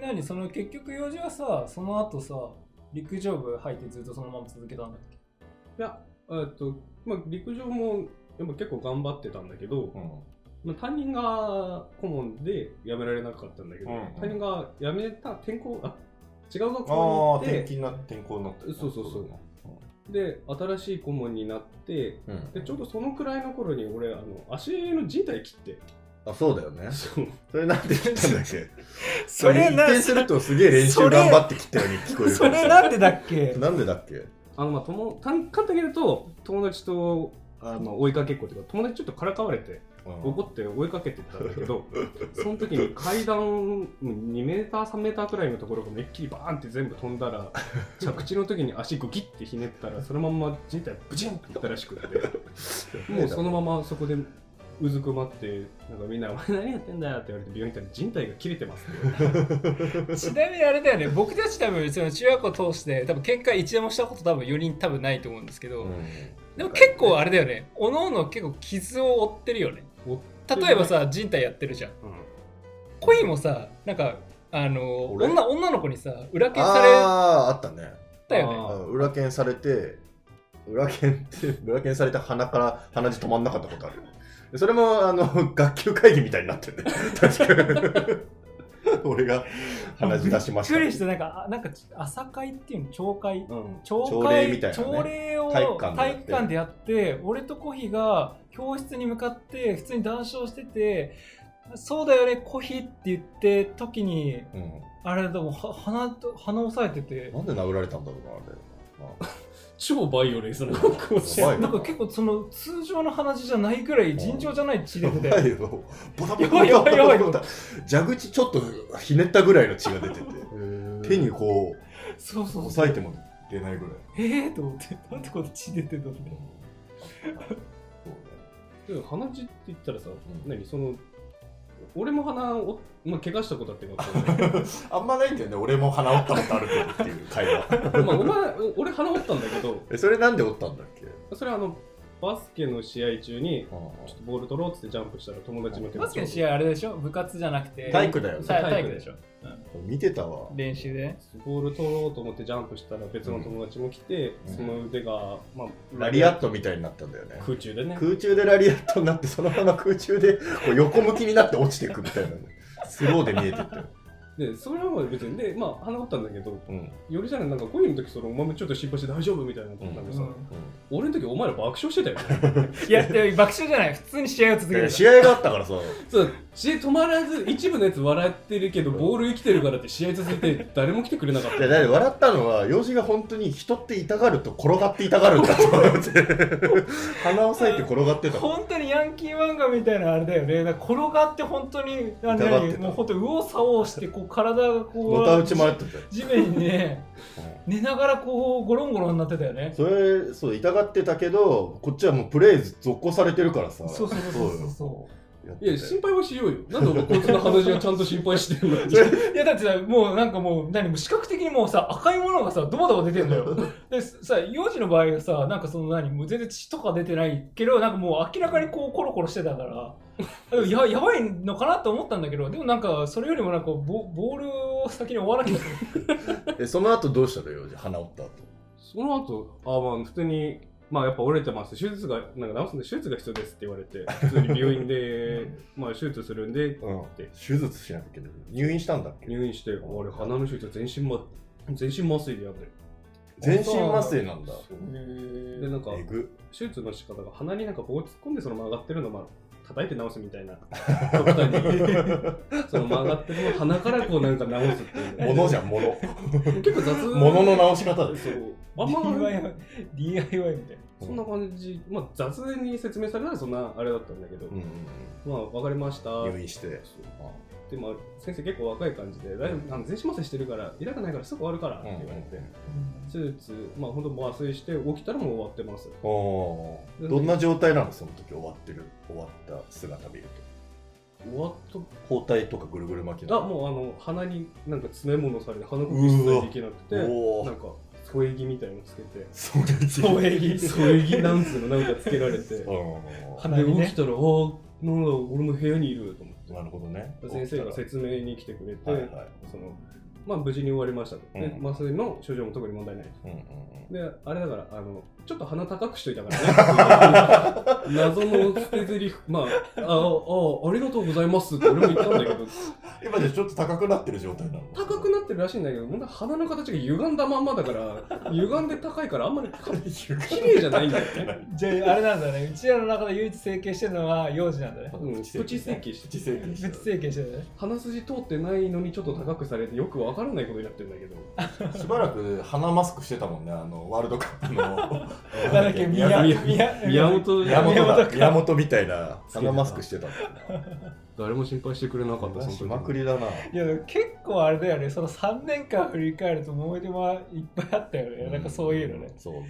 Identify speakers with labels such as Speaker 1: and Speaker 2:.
Speaker 1: 何その結局用事はさその後さ陸上部入ってずっとそのまま続けたんだっけ
Speaker 2: いや、えっと、まあ、陸上も、やっぱ結構頑張ってたんだけど、まあ、担任が顧問で辞められなかったんだけど、
Speaker 3: うんうん
Speaker 2: 担任が辞めた転校、あ、違う学
Speaker 3: あ
Speaker 2: 校
Speaker 3: あ
Speaker 2: に行
Speaker 3: 転
Speaker 2: って、
Speaker 3: 勤な転校になった
Speaker 2: そうそうそうで、新しい顧問になって、
Speaker 3: う、ん、
Speaker 2: で、ちょうどそのくらいの頃に俺、あの、足の靭帯切って、
Speaker 3: あそうだよね
Speaker 2: そう、
Speaker 3: それなんて言ったんだっ け
Speaker 1: それ
Speaker 3: 一
Speaker 1: な
Speaker 3: 転するとすげえ練習頑張ってきたように聞こえる
Speaker 1: それなんでだっけ
Speaker 3: なんでだっけ
Speaker 2: あの、まあ、友、単簡単に言うと、友達と、あまあ、追いかけっこというか、友達ちょっとからかわれて、怒って追いかけてったんだけ ど、その時に階段2メーター、3メーターくらいのところがめっきりバーンって全部飛んだら、 着地の時に足ゴキってひねったら、そのまんま人体ブチンっていったらしくて、もうそのままそこでうずくまって、なんかみんな、お前何やってんだよって言われて、病院行ったら人体が切れてますって言われて。
Speaker 1: ちなみにあれだよね僕たち多分その中学校通して多分喧嘩一度もしたこと多分4人多分ないと思うんですけど、でも結構あれだよねおのおの結構傷を負ってるよね例えば、さ人体やってるじゃん
Speaker 2: うん
Speaker 1: 恋もさなんかあの
Speaker 3: 俺
Speaker 1: 女女の子にさ裏
Speaker 3: あ
Speaker 1: 剣され
Speaker 3: あーあったね
Speaker 1: たよね
Speaker 3: あ裏剣されて裏剣って 裏剣された鼻から鼻血止まんなかったことあるでそれもあの学級会議みたいになってるね確かに 俺が鼻血出しました
Speaker 1: びっくりしてなんかあなんか朝会っていうの朝会
Speaker 2: うんうん
Speaker 1: 朝会
Speaker 3: 朝礼みたいなね
Speaker 1: 朝礼を
Speaker 3: 体育館でやって
Speaker 1: 体育館でやって俺とコヒが教室に向かって普通に談笑しててそうだよねコヒって言って時に
Speaker 3: うん
Speaker 1: あれでもは鼻と鼻押さえてて
Speaker 3: なんで殴られたんだろうなあ
Speaker 2: 超バイオレンスな格好して
Speaker 3: やばい
Speaker 1: なんか結構その通常の鼻血じゃないくらい尋常じゃない血
Speaker 3: れ
Speaker 1: 出て
Speaker 3: やば
Speaker 1: て
Speaker 3: いよボタボタボ
Speaker 1: や
Speaker 3: タボ
Speaker 1: ばい
Speaker 3: タ
Speaker 1: やばい
Speaker 3: ボタ蛇口ちょっとひねったぐらいの血が出てて手にこう
Speaker 1: そうそうそ
Speaker 3: 押
Speaker 1: う
Speaker 3: さえても出ないぐらい
Speaker 1: ええー、と思ってなんでこんな血出てんだって
Speaker 3: そうね
Speaker 2: でも鼻血って言ったらさ、
Speaker 3: ん
Speaker 2: 何その俺も鼻を、まあ、怪我したことあってこと
Speaker 3: あんまないんだよね俺も鼻折ったことあるけどっていう会話
Speaker 2: まあお前俺鼻折ったんだけど
Speaker 3: えそれなんで折ったんだっけ
Speaker 2: それはあのバスケの試合中にちょっ
Speaker 3: 体
Speaker 2: とボール取ろうっつってジャンプしたら友達向け
Speaker 1: バスケの試合あれでしょ部活じゃなくて
Speaker 3: 育だよね
Speaker 1: さ体育でしょ
Speaker 3: 見てたわ
Speaker 1: 練習で
Speaker 2: ボール取ろうと思ってジャンプしたら別の友達も来て、
Speaker 3: うん
Speaker 2: その腕が、まあ、
Speaker 3: ラリアットみたいになったんだよね
Speaker 2: 空中でね
Speaker 3: 空中でラリアットになってそのまま空中でこう横向きになって落ちていくみたいなねスローで見えてて
Speaker 2: でそれはもう別にでまあ鼻折ったんだけど
Speaker 3: うんうん
Speaker 2: よりじゃないなんかこういうの時そのお前もちょっと心配して大丈夫みたいなことなんかさ、
Speaker 1: うん
Speaker 2: 俺の時お前ら爆笑してたよね
Speaker 1: いやでも爆笑じゃない普通に試合を続け
Speaker 3: で
Speaker 1: る
Speaker 3: 試合があったからさ
Speaker 2: そう試合止まらず一部のやつ笑ってるけどボール生きてるからって試合続いて誰も来てくれなかっ
Speaker 3: い
Speaker 2: た
Speaker 3: やだって笑ったのは養子が本当に人って痛がると転がって痛がるんだと思って鼻を裂いて転がってた
Speaker 1: 本当にヤンキー漫画みたいなあれだよねだから転がって本当にあ
Speaker 3: 痛がって
Speaker 1: 何
Speaker 3: た
Speaker 1: もう本当に右往左往してこう体がこう
Speaker 3: のたうち回ってたよ
Speaker 1: 地面に ね寝ながらこうゴロンゴロンになってたよね
Speaker 3: それそう痛がってたけどこっちはもうプレー続行されてるからさ
Speaker 1: そうそうそうそうそう
Speaker 3: うよ
Speaker 2: いや心配はしようよなんで俺こいつの鼻血がちゃんと心配してるのに
Speaker 1: いやだってさもうなんかもう何も視覚的にもうさ赤いものがさドバドバ出てるんだ よでさ幼児の場合はさなんかその何もう全然血とか出てないけどなんかもう明らかにこうコロコロしてた からややばいのかなと思ったんだけどでもなんかそれよりもなんかボボールを先に追わなきゃいけない
Speaker 3: えその後どうしたのよ鼻折った後
Speaker 2: その後あまあ普通にまあやっぱ折れてます手術がなんか治すんで手術が必要ですって言われて普通に病院でまあ手術するんで
Speaker 3: うん、手術しなきゃいけない入院したんだっけ
Speaker 2: 入院して俺鼻の手術全身ま全身麻酔でやって
Speaker 3: 全身麻酔なんだ
Speaker 2: でなんか
Speaker 3: えぐ
Speaker 2: 手術の仕方が鼻になんか棒突っ込んでその曲がってるのを叩いて直すみたい な極端にその曲がってるのを鼻からこうなんか直すっていう
Speaker 3: 物じゃん物
Speaker 2: 結構雑
Speaker 3: 物の直し方で
Speaker 2: そ
Speaker 3: すよ
Speaker 2: うあんま
Speaker 1: DIY, DIY みたいな
Speaker 2: そんな感じ、まあ、雑に説明されたらそんなあれだったんだけど、
Speaker 3: うんうん
Speaker 2: まあ分かりました
Speaker 3: うん入院して
Speaker 2: でも先生結構若い感じで大丈夫あの全身麻酔してるから痛くないからすぐ終わるからって言われて、手術まあ本当麻酔して起きたらもう終わってます
Speaker 3: おおーどんな状態なのその時終わってる終わった姿見る
Speaker 2: 終わっと
Speaker 3: と包帯とかぐるぐる巻き
Speaker 2: あ
Speaker 3: の
Speaker 2: もうあの鼻になんか詰め物されて鼻呼
Speaker 3: うー
Speaker 2: 吸
Speaker 3: わ
Speaker 2: できなくて
Speaker 3: お
Speaker 2: なん
Speaker 3: お
Speaker 2: か添え木みたいのつけて
Speaker 3: それ
Speaker 1: そう営業
Speaker 2: 添え木なんつうのなんかつけられてで
Speaker 3: うん
Speaker 1: 鼻にね
Speaker 2: 起きたらおーなんだ俺も部屋にいると思
Speaker 3: なるほどね
Speaker 2: って先生が説明に来てくれて、
Speaker 3: はいはい
Speaker 2: そのまあ無事に終わりましたと、ね
Speaker 3: うん
Speaker 2: 麻酔の症状も特に問題ない
Speaker 3: うんうん
Speaker 2: であれだからあのちょっと鼻高くしといたから ね謎の捨てずりまああああありがとうございますって俺も言ったんだけど
Speaker 3: うん今じゃちょっと高くなってる状態なの
Speaker 2: 高くなってるらしいんだけど、ほんと鼻の形が歪んだまんまだから、歪んで高いからあんまりか
Speaker 3: 綺
Speaker 2: 綺麗じゃないんだよ ね。
Speaker 1: じゃああれなんだねうちらの中で唯一整形してるのは幼児なんだね
Speaker 2: うんプチ整形して
Speaker 3: プチ整形
Speaker 1: 別
Speaker 3: して
Speaker 1: 整形してるね
Speaker 2: 鼻筋通ってないのにちょっと高くされてよくわからないことになってるんだけど。
Speaker 3: しばらく鼻マスクしてたもんねあのワールドカップの
Speaker 1: なんだっけ宮
Speaker 2: 宮
Speaker 1: 宮
Speaker 2: 宮本
Speaker 3: 宮本
Speaker 1: 宮本
Speaker 3: だ
Speaker 1: か
Speaker 3: 宮本みたいな鼻マスクしてたもんな
Speaker 2: 誰も心配してくれなかった、その
Speaker 3: し
Speaker 2: 時
Speaker 3: まくりだない
Speaker 1: やでも結構あれだよねその3年間振り返ると思い出はいっぱいあったよね、なんかそういうのね
Speaker 3: そうね